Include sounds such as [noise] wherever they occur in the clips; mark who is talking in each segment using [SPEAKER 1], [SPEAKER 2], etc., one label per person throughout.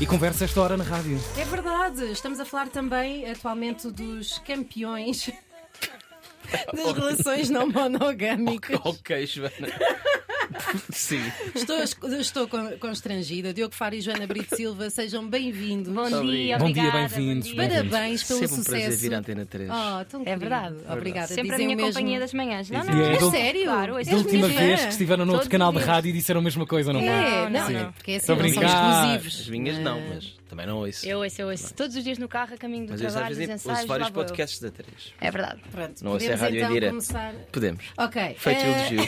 [SPEAKER 1] E conversa esta hora na rádio.
[SPEAKER 2] É verdade, estamos a falar também atualmente dos
[SPEAKER 3] [laughs]
[SPEAKER 2] campeões das relações não [laughs] monogâmicas.
[SPEAKER 3] Ok, Joana. [laughs] Sim.
[SPEAKER 2] Estou, estou con- constrangida. Diogo Faro e Joana Brito Silva, sejam bem-vindos.
[SPEAKER 4] Bom
[SPEAKER 3] Muito
[SPEAKER 4] dia,
[SPEAKER 3] obrigado.
[SPEAKER 1] Bom dia,
[SPEAKER 4] obrigada,
[SPEAKER 1] bem-vindos.
[SPEAKER 4] bom dia.
[SPEAKER 1] Bem-vindos.
[SPEAKER 2] Parabéns pelo
[SPEAKER 3] Sempre um
[SPEAKER 2] sucesso.
[SPEAKER 3] prazer vir à Antena 3.
[SPEAKER 2] Oh, tão
[SPEAKER 4] É
[SPEAKER 2] querido.
[SPEAKER 4] verdade.
[SPEAKER 2] Obrigada.
[SPEAKER 4] Sempre a
[SPEAKER 2] Dizem o
[SPEAKER 4] minha
[SPEAKER 2] mesmo.
[SPEAKER 4] companhia das manhãs. Não, não,
[SPEAKER 1] E
[SPEAKER 4] não.
[SPEAKER 1] é
[SPEAKER 2] É
[SPEAKER 1] do-
[SPEAKER 2] sério?
[SPEAKER 4] Claro, és
[SPEAKER 1] Da
[SPEAKER 4] És
[SPEAKER 1] última
[SPEAKER 2] minha
[SPEAKER 1] vez
[SPEAKER 2] fã.
[SPEAKER 1] que estiveram no outro
[SPEAKER 2] Todos
[SPEAKER 1] canal de
[SPEAKER 2] os dias.
[SPEAKER 1] rádio disseram a mesma coisa, não foi?
[SPEAKER 2] É,
[SPEAKER 4] Não,
[SPEAKER 2] não,
[SPEAKER 4] Ah, não.
[SPEAKER 2] não. Porque é assim,
[SPEAKER 1] Estou a
[SPEAKER 2] não são
[SPEAKER 1] brincar.
[SPEAKER 2] exclusivos.
[SPEAKER 3] As minhas não, mas também não ouço.
[SPEAKER 4] Eu ouço, eu ouço. Todos os dias no carro, a caminho do
[SPEAKER 3] mas eu às
[SPEAKER 4] trabalho,
[SPEAKER 3] vezes
[SPEAKER 4] dos
[SPEAKER 3] ouço
[SPEAKER 4] ensaios,
[SPEAKER 3] vários
[SPEAKER 4] lá vou eu.
[SPEAKER 3] podcasts da 3.
[SPEAKER 4] É verdade.
[SPEAKER 2] Pronto,
[SPEAKER 3] Não ouço
[SPEAKER 2] podemos
[SPEAKER 3] a rádio em
[SPEAKER 2] então
[SPEAKER 3] direto.
[SPEAKER 2] começar.
[SPEAKER 3] Podemos.
[SPEAKER 2] Ok.
[SPEAKER 3] Feito
[SPEAKER 2] eh,
[SPEAKER 3] elogio.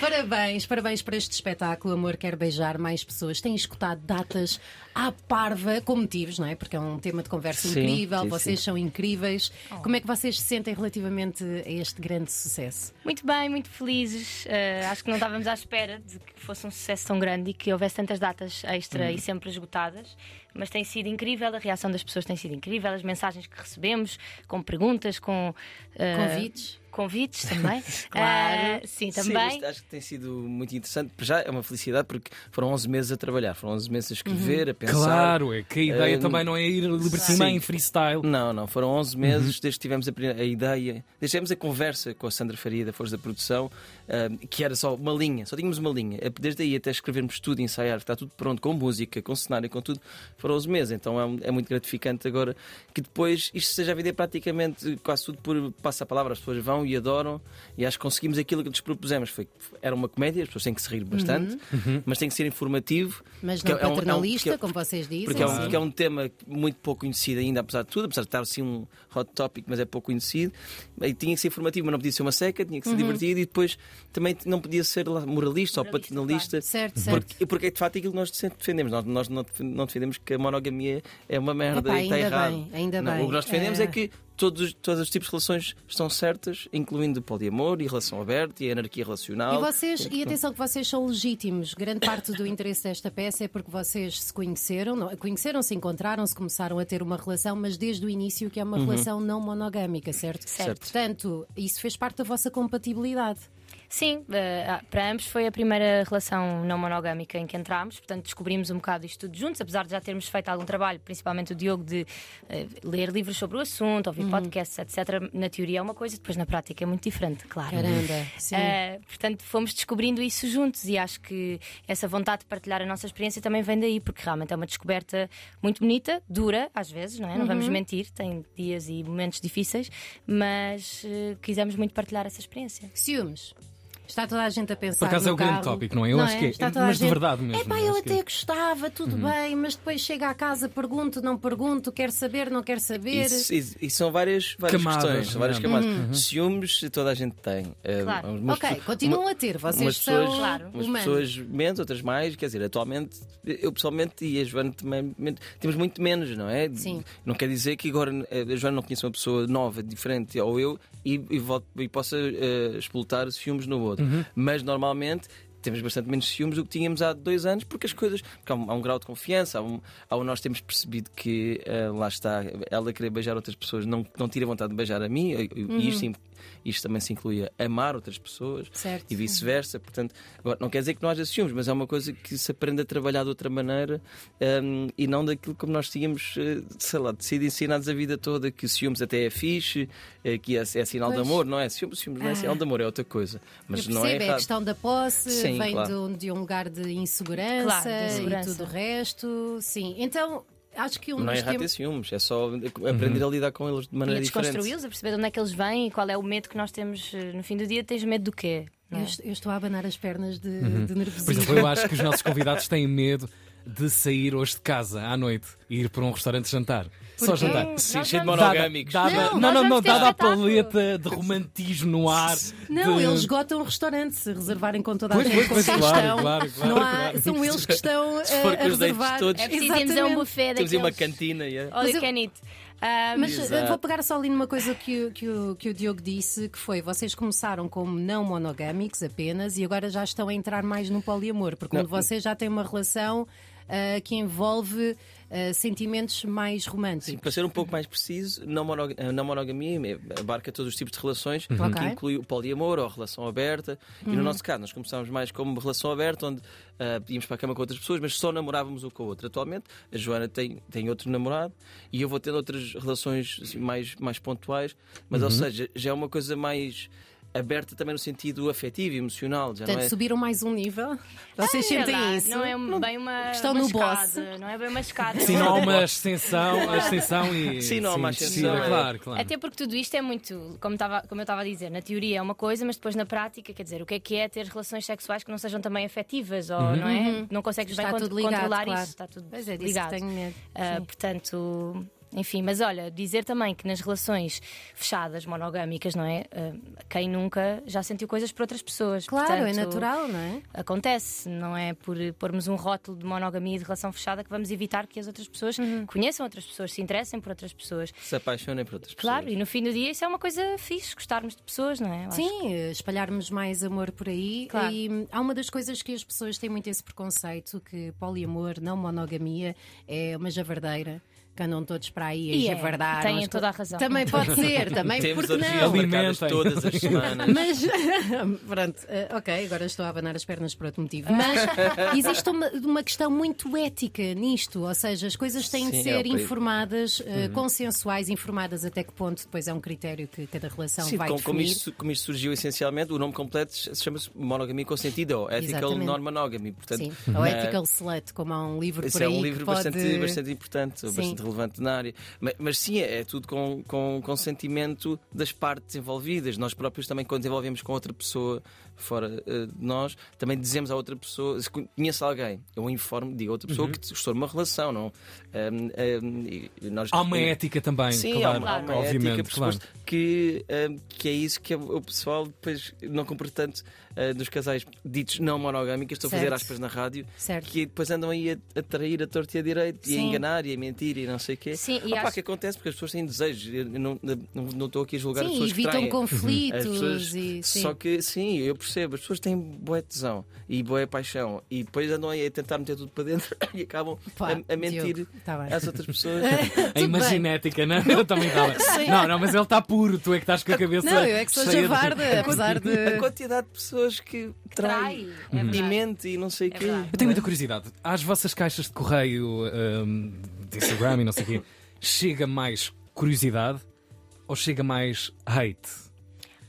[SPEAKER 2] [laughs] parabéns, parabéns para este espetáculo. Amor quer beijar mais pessoas. Têm escutado datas à parva, com motivos, não é? Porque é um tema de conversa
[SPEAKER 3] Sim,
[SPEAKER 2] incrível,
[SPEAKER 3] sim,
[SPEAKER 2] vocês
[SPEAKER 3] sim.
[SPEAKER 2] são incríveis. Como é que vocês se sentem relativamente a este grande sucesso?
[SPEAKER 4] Muito bem, muito felizes. Eh, acho que não estávamos à espera de que fosse um sucesso tão grande e que houvesse tantas datas extra
[SPEAKER 1] Uhum.
[SPEAKER 4] e sempre esgotadas. Mas tem sido incrível, a reação das pessoas tem sido incrível, as mensagens que recebemos, com perguntas, com eh,
[SPEAKER 2] Convites?
[SPEAKER 1] [laughs]
[SPEAKER 4] Convites também.
[SPEAKER 2] Claro.
[SPEAKER 4] Eh, sim,
[SPEAKER 3] Sim,
[SPEAKER 4] também.
[SPEAKER 3] mas acho que tem sido muito interessante. Para Já é uma felicidade porque foram 11 meses a trabalhar, foram 11 meses a escrever, a pensar.
[SPEAKER 1] Claro, é que a ideia
[SPEAKER 3] Hum,
[SPEAKER 1] também não é ir libertina
[SPEAKER 3] sim.
[SPEAKER 1] em freestyle.
[SPEAKER 3] Não, não, foram 11 meses
[SPEAKER 2] Uhum.
[SPEAKER 3] desde que tivemos a, pri- a ideia, desde que tivemos a conversa com a Sandra Faria da Força da Produção, ahm, que era só uma linha, só tínhamos uma linha. Desde aí até escrevermos tudo, ensaiar, está tudo pronto, com música, com cenário, com tudo, foram 11 meses. Então é, um- é muito gratificante agora que depois isto seja a vida praticamente quase tudo por passa a palavra, as pessoas vão e adoram, e acho que conseguimos aquilo que nos propusemos. Foi, era uma comédia, as pessoas têm que se rir bastante, mas tem que ser informativo.
[SPEAKER 2] Uhum. Mas
[SPEAKER 3] porque
[SPEAKER 2] não
[SPEAKER 3] é um- é um-
[SPEAKER 2] paternalista,
[SPEAKER 3] porque é-
[SPEAKER 2] como vocês dizem.
[SPEAKER 3] porque é, um,
[SPEAKER 2] sim.
[SPEAKER 3] porque é um tema muito pouco conhecido ainda, apesar de tudo, apesar de estar assim um hot topic, mas é pouco conhecido. E tinha que ser informativo, mas não podia ser uma seca, tinha que ser
[SPEAKER 2] Uhum.
[SPEAKER 3] divertido e depois também não podia ser lá moralista, ou
[SPEAKER 4] Moralista,
[SPEAKER 3] paternalista.
[SPEAKER 2] Certo, certo.
[SPEAKER 3] Porque, porque é de facto aquilo que nós defendemos. Nós, nós não defen- não defendemos que a monogamia é uma merda
[SPEAKER 2] Epá,
[SPEAKER 3] e está
[SPEAKER 2] ainda
[SPEAKER 3] errado.
[SPEAKER 2] bem, ainda
[SPEAKER 3] não,
[SPEAKER 2] bem.
[SPEAKER 3] O que nós defendemos
[SPEAKER 2] É.
[SPEAKER 3] é, que todos, os- todos os tipos de relações estão certas, incluindo o poliamor e relação aberta e a anarquia relacional.
[SPEAKER 2] E vocês,
[SPEAKER 1] é
[SPEAKER 2] e atenção que vocês são legítimos. Grande parte do interesse desta peça é porque vocês se conheceram, não- conheceram-se, encontraram-se, começaram a ter uma relação, mas desde o início que é
[SPEAKER 1] Uhum.
[SPEAKER 2] uma relação não monogâmica, certo?
[SPEAKER 4] Certo.
[SPEAKER 2] Portanto, isso fez parte da vossa compatibilidade.
[SPEAKER 4] Sim, eh, ah, para ambos foi a primeira relação não monogâmica em que entramos, portanto descobrimos um bocado isto tudo juntos, apesar de já termos feito algum trabalho, principalmente o Diogo, de eh, ler livros sobre o assunto,
[SPEAKER 2] Uhum.
[SPEAKER 4] ouvir podcasts, etc. Na teoria é uma coisa, depois na prática é muito diferente, claro.
[SPEAKER 1] Uhum.
[SPEAKER 2] Caramba, sim.
[SPEAKER 1] É.
[SPEAKER 4] Eh, portanto, fomos descobrindo isso juntos e acho que essa vontade de partilhar a nossa experiência também vem daí, porque realmente é uma descoberta muito bonita, dura às vezes, não é? Não vamos
[SPEAKER 2] Uhum.
[SPEAKER 4] mentir, tem dias e momentos difíceis, mas eh, quisemos muito partilhar essa experiência.
[SPEAKER 2] Ciúmes. Está toda a gente a pensar.
[SPEAKER 1] Por acaso
[SPEAKER 2] no
[SPEAKER 1] é o grande
[SPEAKER 2] carro,
[SPEAKER 1] tópico, não é? Eu acho que é.
[SPEAKER 2] Está toda a
[SPEAKER 1] Mas de
[SPEAKER 2] gente,
[SPEAKER 1] verdade mesmo,
[SPEAKER 2] Epá,
[SPEAKER 1] eu
[SPEAKER 2] eu
[SPEAKER 1] acho que é. Uhum.
[SPEAKER 2] até gostava, tudo bem, mas depois chego à casa, pergunto, não pergunto, quero saber, não quero saber.
[SPEAKER 3] Isso, isso- isso são várias, várias
[SPEAKER 1] Camadas,
[SPEAKER 3] questões, são várias
[SPEAKER 1] não é?
[SPEAKER 3] camadas. Ciúmes toda a gente tem. Eh,
[SPEAKER 4] Claro.
[SPEAKER 3] umas
[SPEAKER 2] Uhum. ok,
[SPEAKER 3] pessoas-
[SPEAKER 2] continuam
[SPEAKER 3] uma-
[SPEAKER 2] a ter, vocês
[SPEAKER 3] umas pessoas,
[SPEAKER 2] são
[SPEAKER 4] Claro.
[SPEAKER 3] umas
[SPEAKER 2] humanos.
[SPEAKER 3] pessoas menos, outras mais. Quer dizer, atualmente, eu pessoalmente e a Joana também men- temos muito menos, não é?
[SPEAKER 2] Sim.
[SPEAKER 3] Não quer dizer que agora eh, a Joana não conheça uma pessoa nova, diferente, ou eu, e, e, volte- e possa eh, explotar ciúmes no outro. Mas normalmente. Temos bastante menos ciúmes do que tínhamos há dois anos, porque as coisas. Porque há, um, há um grau de confiança, há um, há um- nós temos percebido que eh, lá está, ela querer beijar outras pessoas não, não tira vontade de beijar a mim, e, e
[SPEAKER 2] Uhum.
[SPEAKER 3] isto, im- isto também se inclui a amar outras pessoas
[SPEAKER 2] Certo.
[SPEAKER 3] e vice-versa. Portanto, agora, não quer dizer que não haja ciúmes, mas é uma coisa que se aprende a trabalhar de outra maneira hum, e não daquilo como nós tínhamos, eh, sei lá, sido ensinados a vida toda, que ciúmes até é fixe, eh, que é, é sinal de
[SPEAKER 2] Pois.
[SPEAKER 3] amor, não é? Ciúmes, ciúmes não é sinal de amor, é outra coisa. Mas
[SPEAKER 2] Eu
[SPEAKER 3] não é
[SPEAKER 2] percebo, é a
[SPEAKER 3] errado.
[SPEAKER 2] questão da posse,
[SPEAKER 3] Sim,
[SPEAKER 2] vem
[SPEAKER 3] claro.
[SPEAKER 2] de, um, de um lugar de insegurança,
[SPEAKER 4] Claro, de insegurança.
[SPEAKER 2] e tudo o resto. Sim, então acho que um
[SPEAKER 3] Não é
[SPEAKER 2] dos
[SPEAKER 3] errado ter
[SPEAKER 2] temas.
[SPEAKER 3] ciúmes, é só aprender a lidar com eles de
[SPEAKER 4] E a
[SPEAKER 3] maneira diferente.
[SPEAKER 4] desconstruí-los, a perceber de onde é que eles vêm e qual é o medo que nós temos eh, no fim do dia. Tens medo do quê? não
[SPEAKER 2] Eu,
[SPEAKER 4] é?
[SPEAKER 2] est- eu estou a abanar as pernas de,
[SPEAKER 3] Uhum.
[SPEAKER 2] de nervosismo.
[SPEAKER 1] Por exemplo, eu acho que os
[SPEAKER 3] [laughs]
[SPEAKER 1] nossos convidados têm medo de sair hoje de casa à noite e ir para um restaurante jantar. Só
[SPEAKER 2] Porquê?
[SPEAKER 1] jantar.
[SPEAKER 4] Nós
[SPEAKER 3] Sim, cheio de
[SPEAKER 4] vamos-
[SPEAKER 3] monogâmicos.
[SPEAKER 1] Dada, dada-
[SPEAKER 2] Não,
[SPEAKER 1] não,
[SPEAKER 4] nós
[SPEAKER 1] não, não,
[SPEAKER 4] vamos ter
[SPEAKER 1] dada a
[SPEAKER 4] espetáculo.
[SPEAKER 1] paleta de romantismo no ar.
[SPEAKER 2] Não,
[SPEAKER 1] de-
[SPEAKER 2] eles esgotam o restaurante se reservarem com toda a
[SPEAKER 1] Pois,
[SPEAKER 2] gente.
[SPEAKER 1] pois, pois,
[SPEAKER 2] como
[SPEAKER 1] claro,
[SPEAKER 2] estão.
[SPEAKER 1] claro, claro,
[SPEAKER 2] não há,
[SPEAKER 1] claro.
[SPEAKER 2] São eles que estão a,
[SPEAKER 3] Se for
[SPEAKER 2] a
[SPEAKER 3] com os dentes
[SPEAKER 2] reservar.
[SPEAKER 3] todos.
[SPEAKER 4] É preciso irmos a um
[SPEAKER 2] Exatamente.
[SPEAKER 4] buffet
[SPEAKER 3] Temos aí uma
[SPEAKER 4] daqueles.
[SPEAKER 3] cantina. é. Yeah.
[SPEAKER 4] Olha,
[SPEAKER 2] Mas eu-
[SPEAKER 4] Canit. Ah,
[SPEAKER 2] Mas
[SPEAKER 3] Exato.
[SPEAKER 2] eh, vou pegar só ali numa coisa que, o- que, o, que o Diogo disse, que foi vocês começaram como não monogâmicos apenas e agora já estão a entrar mais no poliamor, porque quando vocês já têm uma relação ah, que envolve ah, sentimentos mais
[SPEAKER 3] Sim,
[SPEAKER 2] românticos.
[SPEAKER 3] para ser um pouco mais preciso, não, monog- a não monogamia abarca todos os tipos de relações,
[SPEAKER 2] Ok.
[SPEAKER 3] que inclui o poliamor ou a relação aberta. E no nosso caso, nós começámos mais como uma relação aberta, onde ah, íamos para a cama com outras pessoas, mas só namorávamos um com o outro. Atualmente, a Joana tem, tem outro namorado e eu vou tendo outras relações assim, mais, mais pontuais, mas ou seja, já é uma coisa mais aberta também no sentido afetivo e emocional. Já não
[SPEAKER 2] Portanto,
[SPEAKER 3] é...
[SPEAKER 2] subiram mais um nível. Vocês
[SPEAKER 4] Sei
[SPEAKER 2] sentem
[SPEAKER 4] lá,
[SPEAKER 2] isso?
[SPEAKER 4] Não é um- bem uma,
[SPEAKER 2] Estão
[SPEAKER 4] uma
[SPEAKER 2] no
[SPEAKER 4] escada,
[SPEAKER 2] boss.
[SPEAKER 4] Não é bem uma escada.
[SPEAKER 1] Sim,
[SPEAKER 4] [laughs]
[SPEAKER 1] não um há uma ascensão, ascensão e.
[SPEAKER 3] Sim, não há uma
[SPEAKER 1] sim,
[SPEAKER 3] ascensão,
[SPEAKER 1] descida,
[SPEAKER 3] é.
[SPEAKER 1] Claro, claro.
[SPEAKER 4] Até porque tudo isto é muito, como, estava como eu estava a dizer, na teoria é uma coisa, mas depois na prática, quer dizer, o que é que é ter relações sexuais que não sejam também afetivas, ou
[SPEAKER 1] Uhum.
[SPEAKER 4] não é? Não consegues bem
[SPEAKER 2] Uhum. Está
[SPEAKER 4] cont-
[SPEAKER 2] tudo ligado,
[SPEAKER 4] controlar
[SPEAKER 2] claro.
[SPEAKER 4] isso, está tudo
[SPEAKER 2] Pois é, disso
[SPEAKER 4] ligado.
[SPEAKER 2] que tenho medo.
[SPEAKER 4] Ah,
[SPEAKER 2] Sim.
[SPEAKER 4] portanto, enfim, mas olha, dizer também que nas relações fechadas, monogâmicas, não é? Ah, quem nunca já sentiu coisas por outras pessoas.
[SPEAKER 2] Claro, é
[SPEAKER 4] portanto,
[SPEAKER 2] natural, não é?
[SPEAKER 4] Acontece, não é por pormos um rótulo de monogamia e de relação fechada que vamos evitar que as outras pessoas
[SPEAKER 2] Uhum.
[SPEAKER 4] conheçam outras pessoas, se interessem por outras pessoas.
[SPEAKER 3] Se apaixonem por outras
[SPEAKER 4] Claro,
[SPEAKER 3] pessoas.
[SPEAKER 4] e no fim do dia isso é uma coisa fixe, gostarmos de pessoas, não é? Eu acho
[SPEAKER 2] Sim, eh, espalharmos mais amor por aí.
[SPEAKER 4] Claro.
[SPEAKER 2] E hum, há uma das coisas que as pessoas têm muito esse preconceito: que poliamor, não monogamia, é uma javardeira. Que andam todos para aí a
[SPEAKER 4] E é,
[SPEAKER 2] javardar.
[SPEAKER 4] têm
[SPEAKER 2] umas co-
[SPEAKER 4] toda a razão.
[SPEAKER 2] Também pode
[SPEAKER 3] [laughs]
[SPEAKER 2] ser, também,
[SPEAKER 3] Temos
[SPEAKER 2] é porque
[SPEAKER 3] orgias
[SPEAKER 2] não?
[SPEAKER 3] marcadas
[SPEAKER 1] Alimentem.
[SPEAKER 3] todas as semanas.
[SPEAKER 2] Mas, [laughs] pronto, eh, ok, agora estou a abanar as pernas por outro motivo.
[SPEAKER 3] [laughs]
[SPEAKER 2] Mas existe uma, uma questão muito ética nisto, ou seja, as coisas têm de
[SPEAKER 3] Sim, é o
[SPEAKER 2] ser
[SPEAKER 3] perigo. Uhum.
[SPEAKER 2] informadas, eh, consensuais, informadas até que ponto, depois é um critério que cada relação
[SPEAKER 3] Sim,
[SPEAKER 2] Então vai
[SPEAKER 3] com- como,
[SPEAKER 2] definir.
[SPEAKER 3] isto, como isto surgiu essencialmente, o nome completo se chama-se monogamia consentida ou ethical
[SPEAKER 2] Exatamente.
[SPEAKER 3] non-monogamy. Portanto,
[SPEAKER 2] Sim, ou é
[SPEAKER 3] eh,
[SPEAKER 2] ethical slut, como há um livro por
[SPEAKER 3] Esse
[SPEAKER 2] aí
[SPEAKER 3] é um
[SPEAKER 2] que
[SPEAKER 3] livro
[SPEAKER 2] pode...
[SPEAKER 3] bastante, bastante importante,
[SPEAKER 2] Sim.
[SPEAKER 3] bastante relevante na área. Ma- Mas, sim, é, é tudo com, com consentimento das partes envolvidas. Nós próprios também, quando desenvolvemos com outra pessoa fora eh, de nós, também dizemos à outra pessoa, se con- conheço alguém, eu informo, digo a outra
[SPEAKER 1] Uhum.
[SPEAKER 3] pessoa que te- estou numa relação, não? Ahm, ahm, e- e nós-
[SPEAKER 1] Há uma ética também,
[SPEAKER 3] Sim,
[SPEAKER 1] claro,
[SPEAKER 3] há uma, há uma
[SPEAKER 1] obviamente,
[SPEAKER 3] ética, por
[SPEAKER 1] claro.
[SPEAKER 3] suposto, que, hum, que é isso que o pessoal depois não compra tanto hum, dos casais ditos não monogâmicos, estou a fazer
[SPEAKER 2] Certo.
[SPEAKER 3] aspas na rádio,
[SPEAKER 2] Certo.
[SPEAKER 3] que depois andam aí a, a trair a torta e a direito e a
[SPEAKER 2] Sim.
[SPEAKER 3] enganar e a mentir e não sei o quê.
[SPEAKER 4] Sim, e
[SPEAKER 3] Opa,
[SPEAKER 4] acho-
[SPEAKER 3] que acontece porque as pessoas têm desejos, eu não, não, não estou aqui a julgar as
[SPEAKER 2] Sim,
[SPEAKER 3] pessoas que
[SPEAKER 2] evitam
[SPEAKER 3] traem. Uhum. As
[SPEAKER 2] conflitos
[SPEAKER 3] pessoas-
[SPEAKER 2] e sim.
[SPEAKER 3] Só que sim, eu percebo, as pessoas têm boa tesão e boa paixão e depois andam aí a tentar meter tudo para dentro [laughs] e acabam
[SPEAKER 2] Pá,
[SPEAKER 3] a, a mentir
[SPEAKER 2] Diogo, tá bem.
[SPEAKER 3] às outras pessoas.
[SPEAKER 2] [laughs]
[SPEAKER 1] A imaginética, não? Eu também
[SPEAKER 3] [laughs]
[SPEAKER 1] estava. Não, não, mas ele está puro, tu é que estás com a cabeça.
[SPEAKER 2] Não, eu é que sou
[SPEAKER 1] cheia de-
[SPEAKER 3] [laughs]
[SPEAKER 2] javarda, apesar de.
[SPEAKER 3] A quantidade de pessoas que
[SPEAKER 4] Trai,
[SPEAKER 3] trai,
[SPEAKER 4] é
[SPEAKER 3] e
[SPEAKER 4] verdade.
[SPEAKER 3] mente e não sei o
[SPEAKER 4] É
[SPEAKER 3] quê.
[SPEAKER 4] verdade.
[SPEAKER 1] Eu tenho muita curiosidade. Às vossas caixas de correio, hum, de Instagram e não sei o quê, chega mais curiosidade ou chega mais hate?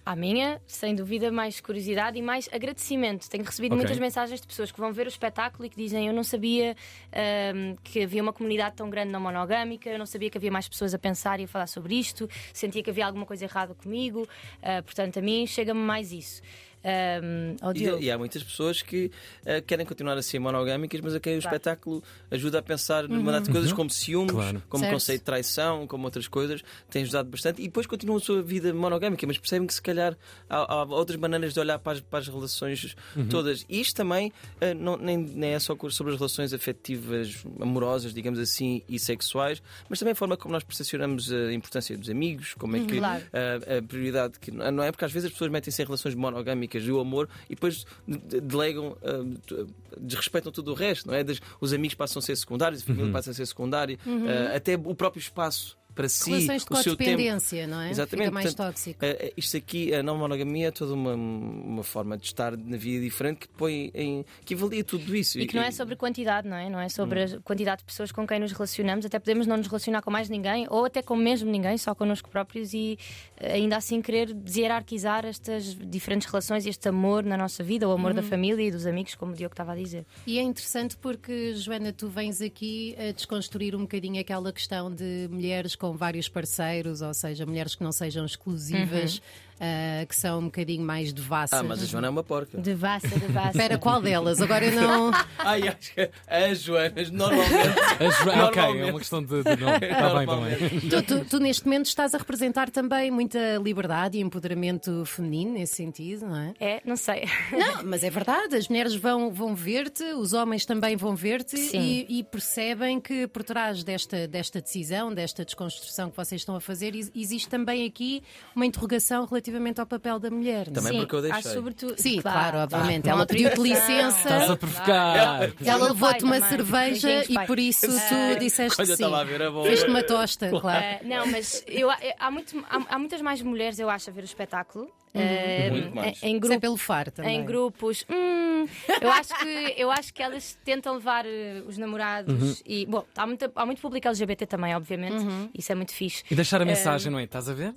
[SPEAKER 4] À minha, sem dúvida, mais curiosidade e mais agradecimento. Tenho recebido
[SPEAKER 1] Ok.
[SPEAKER 4] muitas mensagens de pessoas que vão ver o espetáculo e que dizem: Eu não sabia ahm, que havia uma comunidade tão grande não monogâmica, eu não sabia que havia mais pessoas a pensar e a falar sobre isto, sentia que havia alguma coisa errada comigo. Ah, portanto, a mim chega-me mais isso. Ahm, oh, Diogo.
[SPEAKER 3] E, e há muitas pessoas que eh, querem continuar a ser monogâmicas, mas a quem o
[SPEAKER 4] Claro. Uhum.
[SPEAKER 3] espetáculo ajuda a pensar numa data de coisas como ciúmes,
[SPEAKER 1] Claro.
[SPEAKER 3] como
[SPEAKER 2] Certo.
[SPEAKER 3] conceito de traição, como outras coisas, tem ajudado bastante. E depois continuam a sua vida monogâmica, mas percebem que se calhar há, há outras maneiras de olhar para as, para as relações todas. E isto também eh, não, nem, nem é só co- sobre as relações afetivas, amorosas, digamos assim, e sexuais, mas também a forma como nós percepcionamos a importância dos amigos, como é que
[SPEAKER 4] Uhum. Claro.
[SPEAKER 3] a, a prioridade que não é porque às vezes as pessoas metem-se em relações monogâmicas e o amor e depois de- delegam, hum, tu- desrespeitam tudo o resto, não é? Das- Os amigos passam a ser secundários, a
[SPEAKER 1] Uhum.
[SPEAKER 3] família passa a ser secundária,
[SPEAKER 4] Uhum.
[SPEAKER 3] ah, até o próprio espaço para si,
[SPEAKER 2] Relações de
[SPEAKER 3] o seu tempo.
[SPEAKER 2] codependência, não é?
[SPEAKER 3] Exatamente,
[SPEAKER 2] Fica mais
[SPEAKER 3] portanto,
[SPEAKER 2] tóxico.
[SPEAKER 3] Eh, eh, isto aqui, a não monogamia, é toda uma, uma forma de estar na vida diferente que põe em. que avalia tudo isso.
[SPEAKER 4] E que não é sobre quantidade, não é? Não é sobre
[SPEAKER 3] Hum.
[SPEAKER 4] a quantidade de pessoas com quem nos relacionamos. Até podemos não nos relacionar com mais ninguém, ou até com mesmo ninguém, só connosco próprios, e eh, ainda assim querer deshierarquizar estas diferentes relações e este amor na nossa vida, o amor
[SPEAKER 2] Hum.
[SPEAKER 4] da família e dos amigos, como o Diogo estava a dizer.
[SPEAKER 2] E é interessante porque, Joana, tu vens aqui a desconstruir um bocadinho aquela questão de mulheres com vários parceiros, ou seja, mulheres que não sejam exclusivas, ah, que são um bocadinho mais devassas.
[SPEAKER 3] Ah, mas a Joana é uma porca.
[SPEAKER 4] [laughs] Devassa, devassa.
[SPEAKER 2] Espera,
[SPEAKER 3] [laughs]
[SPEAKER 2] qual delas? Agora eu não.
[SPEAKER 3] Ai, acho que as Joanas
[SPEAKER 4] [laughs]
[SPEAKER 3] normalmente.
[SPEAKER 1] A Jo- Ah, ok, é uma
[SPEAKER 3] Normalmente.
[SPEAKER 1] questão de, de nome. Está bem, está bem.
[SPEAKER 3] normalmente.
[SPEAKER 2] Tu, tu- tu, neste momento estás a representar também muita liberdade e empoderamento feminino nesse sentido, não é?
[SPEAKER 4] É, não sei.
[SPEAKER 2] Não, mas é verdade, as mulheres vão, vão ver-te, os homens também vão ver-te
[SPEAKER 4] Sim.
[SPEAKER 2] e, e percebem que por trás desta, desta decisão, desta desconstrução que vocês estão a fazer, ex- existe também aqui uma interrogação relativamente ao papel da mulher. não é?
[SPEAKER 3] Também
[SPEAKER 4] Sim,
[SPEAKER 3] porque eu deixei.
[SPEAKER 4] há sobretudo-
[SPEAKER 2] Sim, claro, obviamente. é
[SPEAKER 4] Não
[SPEAKER 2] Ela
[SPEAKER 4] há
[SPEAKER 2] pediu-te
[SPEAKER 4] autorização.
[SPEAKER 2] licença.
[SPEAKER 1] Estás a provocar.
[SPEAKER 2] Ela
[SPEAKER 4] Sim,
[SPEAKER 2] levou-te
[SPEAKER 4] meu
[SPEAKER 2] uma
[SPEAKER 4] pai também.
[SPEAKER 2] cerveja
[SPEAKER 4] Beijinhos,
[SPEAKER 2] e
[SPEAKER 4] pai.
[SPEAKER 2] por isso tu disseste
[SPEAKER 3] Quando eu
[SPEAKER 2] sim.
[SPEAKER 3] estava a ver É a bola.
[SPEAKER 2] Fez-te uma tosta, claro.
[SPEAKER 4] [laughs] Eh, não, mas eu, eu- há, muito, há, há muitas mais mulheres, eu acho, a ver o espetáculo. Eh,
[SPEAKER 3] Muito
[SPEAKER 4] em-
[SPEAKER 3] mais.
[SPEAKER 4] Em,
[SPEAKER 2] Uhum. Isso é
[SPEAKER 4] grupo,
[SPEAKER 2] pelo far também.
[SPEAKER 4] em grupos. Hum, eu, acho que, eu acho que elas tentam levar eh, os namorados e. Bom, há, muita, há muito público LGBT também, obviamente. Isso é muito fixe.
[SPEAKER 1] E deixar a mensagem, não é? Estás a ver?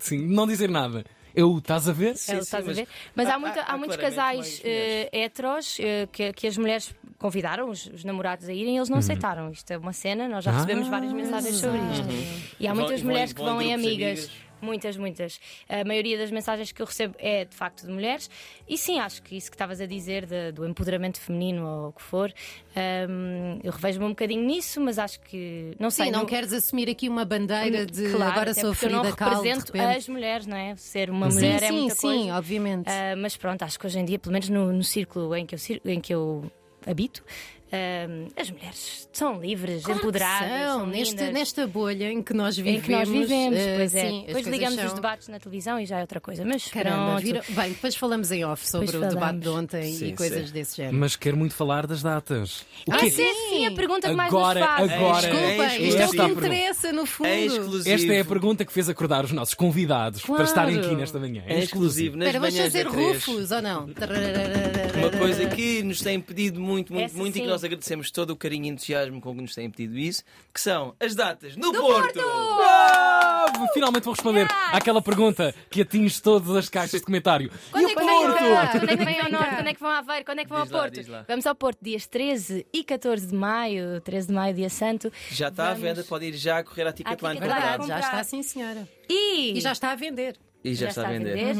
[SPEAKER 1] Sim, não dizer nada. Eu, estás a ver?
[SPEAKER 4] É,
[SPEAKER 3] Sim,
[SPEAKER 4] estás
[SPEAKER 3] sim,
[SPEAKER 4] a
[SPEAKER 3] mas
[SPEAKER 4] ver? Mas
[SPEAKER 3] há-
[SPEAKER 4] há,
[SPEAKER 3] há-
[SPEAKER 4] muita- há
[SPEAKER 3] há
[SPEAKER 4] muitos
[SPEAKER 3] claramente
[SPEAKER 4] casais
[SPEAKER 3] mais mulheres.
[SPEAKER 4] eh, heteros eh, que, que as mulheres convidaram os, os namorados a irem e eles não aceitaram. Isto é uma cena, nós já recebemos várias mensagens sobre isto. E há
[SPEAKER 3] Uhum. Vão-
[SPEAKER 4] muitas
[SPEAKER 3] vão-
[SPEAKER 4] mulheres que
[SPEAKER 3] vão em
[SPEAKER 4] vão em
[SPEAKER 3] grupos,
[SPEAKER 4] amigas.
[SPEAKER 3] amigas.
[SPEAKER 4] Muitas, muitas. A maioria das mensagens que eu recebo é de facto de mulheres. E sim, acho que isso que estavas a dizer de- do empoderamento feminino ou o que for, hum, eu revejo-me um bocadinho nisso, mas acho que. Não sei.
[SPEAKER 2] Sim, não
[SPEAKER 4] no-
[SPEAKER 2] queres assumir aqui uma bandeira de
[SPEAKER 4] Hum, Claro,
[SPEAKER 2] agora
[SPEAKER 4] até
[SPEAKER 2] sou a
[SPEAKER 4] porque eu
[SPEAKER 2] Frida
[SPEAKER 4] não
[SPEAKER 2] Kahlo, de
[SPEAKER 4] represento
[SPEAKER 2] repente.
[SPEAKER 4] as mulheres, não é? Ser uma
[SPEAKER 2] Sim,
[SPEAKER 4] mulher é
[SPEAKER 2] sim,
[SPEAKER 4] muita
[SPEAKER 2] sim,
[SPEAKER 4] coisa.
[SPEAKER 2] obviamente.
[SPEAKER 4] Ah, mas pronto, acho que hoje em dia, pelo menos no, no círculo em que eu, cir- em que eu habito, ah, as mulheres são livres,
[SPEAKER 2] Claro que
[SPEAKER 4] empoderadas.
[SPEAKER 2] são,
[SPEAKER 4] são
[SPEAKER 2] nesta,
[SPEAKER 4] lindas. É
[SPEAKER 2] nesta bolha em que nós
[SPEAKER 4] Em
[SPEAKER 2] vivemos.
[SPEAKER 4] que nós vivemos,
[SPEAKER 2] eh,
[SPEAKER 4] pois é.
[SPEAKER 2] sim, as
[SPEAKER 4] Depois
[SPEAKER 2] coisas
[SPEAKER 4] ligamos
[SPEAKER 2] são-
[SPEAKER 4] os debates na televisão e já é outra coisa. Mas
[SPEAKER 2] Caramba,
[SPEAKER 4] pronto.
[SPEAKER 2] vira... bem, depois falamos em off sobre
[SPEAKER 4] Depois
[SPEAKER 2] o debate
[SPEAKER 4] falamos.
[SPEAKER 2] de ontem
[SPEAKER 3] Sim,
[SPEAKER 2] e coisas
[SPEAKER 3] sim.
[SPEAKER 2] desse género.
[SPEAKER 1] Mas quero muito falar das datas. O
[SPEAKER 4] Ah,
[SPEAKER 1] quê?
[SPEAKER 4] sim, sim, a pergunta que mais
[SPEAKER 1] Agora-
[SPEAKER 4] nos fazem.
[SPEAKER 1] agora-
[SPEAKER 2] Desculpem,
[SPEAKER 3] É
[SPEAKER 2] isto é o que
[SPEAKER 1] exclusivo.
[SPEAKER 2] interessa, no fundo.
[SPEAKER 3] É exclusivo.
[SPEAKER 1] Esta é a pergunta que fez acordar os nossos convidados para
[SPEAKER 2] Claro.
[SPEAKER 1] estarem aqui nesta manhã.
[SPEAKER 3] É exclusivo. Nas
[SPEAKER 2] Espera, vamos
[SPEAKER 3] manhãs da
[SPEAKER 2] fazer
[SPEAKER 3] três.
[SPEAKER 2] rufos ou não?
[SPEAKER 3] Uma coisa que nos têm pedido muito, muito,
[SPEAKER 4] Essa
[SPEAKER 3] muito e que
[SPEAKER 4] sim.
[SPEAKER 3] nós agradecemos todo o carinho e entusiasmo com que nos têm pedido isso, que são as datas no
[SPEAKER 4] Do
[SPEAKER 3] Porto!
[SPEAKER 4] Porto!
[SPEAKER 1] Ah, Finalmente vou responder
[SPEAKER 4] Yes!
[SPEAKER 1] àquela pergunta que atinge todas as caixas de comentário.
[SPEAKER 4] Quando
[SPEAKER 1] e
[SPEAKER 4] é
[SPEAKER 1] o
[SPEAKER 4] que vêm cá?
[SPEAKER 1] Porto?
[SPEAKER 4] Quando é que vêm ao norte? Quando é que vão a Aveiro? Quando é que vão
[SPEAKER 3] Diz
[SPEAKER 4] ao
[SPEAKER 3] lá,
[SPEAKER 4] Porto?
[SPEAKER 3] diz lá.
[SPEAKER 4] Vamos ao Porto dias 13 e 14 de maio. 13 de maio, dia santo.
[SPEAKER 3] Já está à
[SPEAKER 4] Vamos.
[SPEAKER 3] venda, pode ir já a correr à Ticketline.
[SPEAKER 4] À Ticketline.
[SPEAKER 3] verdade.
[SPEAKER 2] Verdade, já está sim, senhora.
[SPEAKER 4] E...
[SPEAKER 2] E já está a vender.
[SPEAKER 3] E já, está a vender.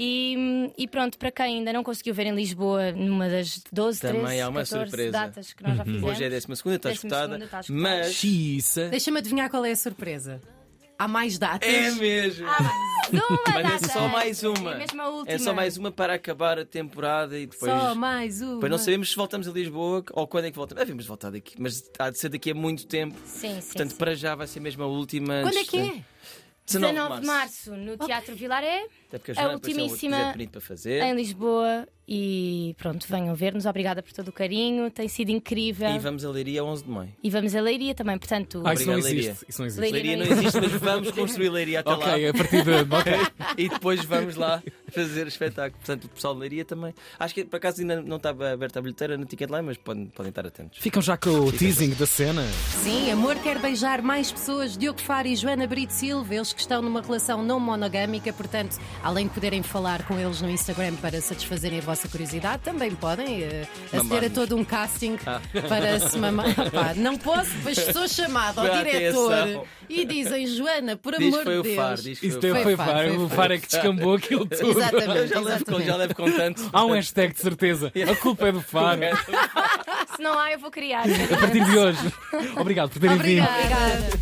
[SPEAKER 4] E, e pronto, para quem ainda não conseguiu ver em Lisboa, numa das 12,
[SPEAKER 3] Também
[SPEAKER 4] 13,
[SPEAKER 3] há uma
[SPEAKER 4] 14
[SPEAKER 3] surpresa.
[SPEAKER 4] datas que nós já fizemos.
[SPEAKER 3] Hoje é a 12 segunda, está
[SPEAKER 4] 12ª,
[SPEAKER 3] escutada.
[SPEAKER 4] está escutada.
[SPEAKER 3] Mas
[SPEAKER 1] Xiça.
[SPEAKER 2] Deixa-me adivinhar qual é a surpresa. Há mais datas.
[SPEAKER 3] é mesmo! Mas
[SPEAKER 4] Uma data.
[SPEAKER 3] é só mais uma.
[SPEAKER 4] É mesmo a última.
[SPEAKER 3] É só mais uma para acabar a temporada e depois.
[SPEAKER 2] Só mais uma.
[SPEAKER 3] Depois não sabemos se voltamos a Lisboa ou quando é que voltamos. Devemos voltar daqui, mas há de ser daqui a muito tempo.
[SPEAKER 4] Sim, sim.
[SPEAKER 3] Portanto,
[SPEAKER 4] sim.
[SPEAKER 3] para já vai ser mesmo a última.
[SPEAKER 2] Quando é
[SPEAKER 3] antes
[SPEAKER 2] que
[SPEAKER 3] de-
[SPEAKER 2] é?
[SPEAKER 3] 19
[SPEAKER 4] 19 de março, no Teatro Vilaré,
[SPEAKER 3] Até porque a
[SPEAKER 4] A
[SPEAKER 3] Joana depois tem um
[SPEAKER 4] ultimíssima-
[SPEAKER 3] projeto bonito para fazer.
[SPEAKER 4] em Lisboa. E pronto, venham ver-nos. Obrigada por todo o carinho, tem sido incrível.
[SPEAKER 3] E vamos a Leiria 11 de maio.
[SPEAKER 4] E vamos a Leiria também, portanto.
[SPEAKER 1] Ah, isso não
[SPEAKER 3] Obrigado, Leiria.
[SPEAKER 1] existe. Isso não existe.
[SPEAKER 4] Leiria
[SPEAKER 3] Leiria não
[SPEAKER 4] não
[SPEAKER 3] existe, mas vamos construir Leiria até
[SPEAKER 1] Ok,
[SPEAKER 3] lá.
[SPEAKER 1] a partir de. ok.
[SPEAKER 3] E depois vamos lá fazer espetáculo. Portanto, o pessoal de Leiria também. Acho que por acaso ainda não estava aberta a bilheteira no Ticketline, mas podem, podem estar atentos.
[SPEAKER 1] Ficam já com o teasing da cena.
[SPEAKER 2] Sim, amor quer beijar mais pessoas. Diogo Faro e Joana Brito Silva, eles que estão numa relação não monogâmica, portanto, além de poderem falar com eles no Instagram para satisfazerem a vossa curiosidade, também podem eh, aceder a
[SPEAKER 3] Mamar-nos. Ah.
[SPEAKER 2] todo um casting para se
[SPEAKER 3] [laughs]
[SPEAKER 2] mamar. Pá, não posso, mas sou chamada ao
[SPEAKER 3] Atenção.
[SPEAKER 2] diretor e dizem, Joana, por
[SPEAKER 3] Diz
[SPEAKER 2] amor
[SPEAKER 3] que foi
[SPEAKER 2] de
[SPEAKER 3] o Far,
[SPEAKER 2] Deus.
[SPEAKER 3] diz que
[SPEAKER 1] Isso
[SPEAKER 3] foi o
[SPEAKER 1] foi,
[SPEAKER 3] Far.
[SPEAKER 1] é- foi Far.
[SPEAKER 2] Foi Far,
[SPEAKER 1] O
[SPEAKER 2] foi
[SPEAKER 1] Far é que descambou aquilo tudo.
[SPEAKER 3] Eu
[SPEAKER 2] Exatamente,
[SPEAKER 3] já levo, com, já
[SPEAKER 2] exatamente.
[SPEAKER 3] levo com tanto.
[SPEAKER 1] Há um hashtag de certeza. A culpa é do
[SPEAKER 3] [laughs]
[SPEAKER 1] Far. A
[SPEAKER 4] Se não há, eu vou criar.
[SPEAKER 1] partir de hoje. Obrigado por terem vindo.
[SPEAKER 2] Obrigada.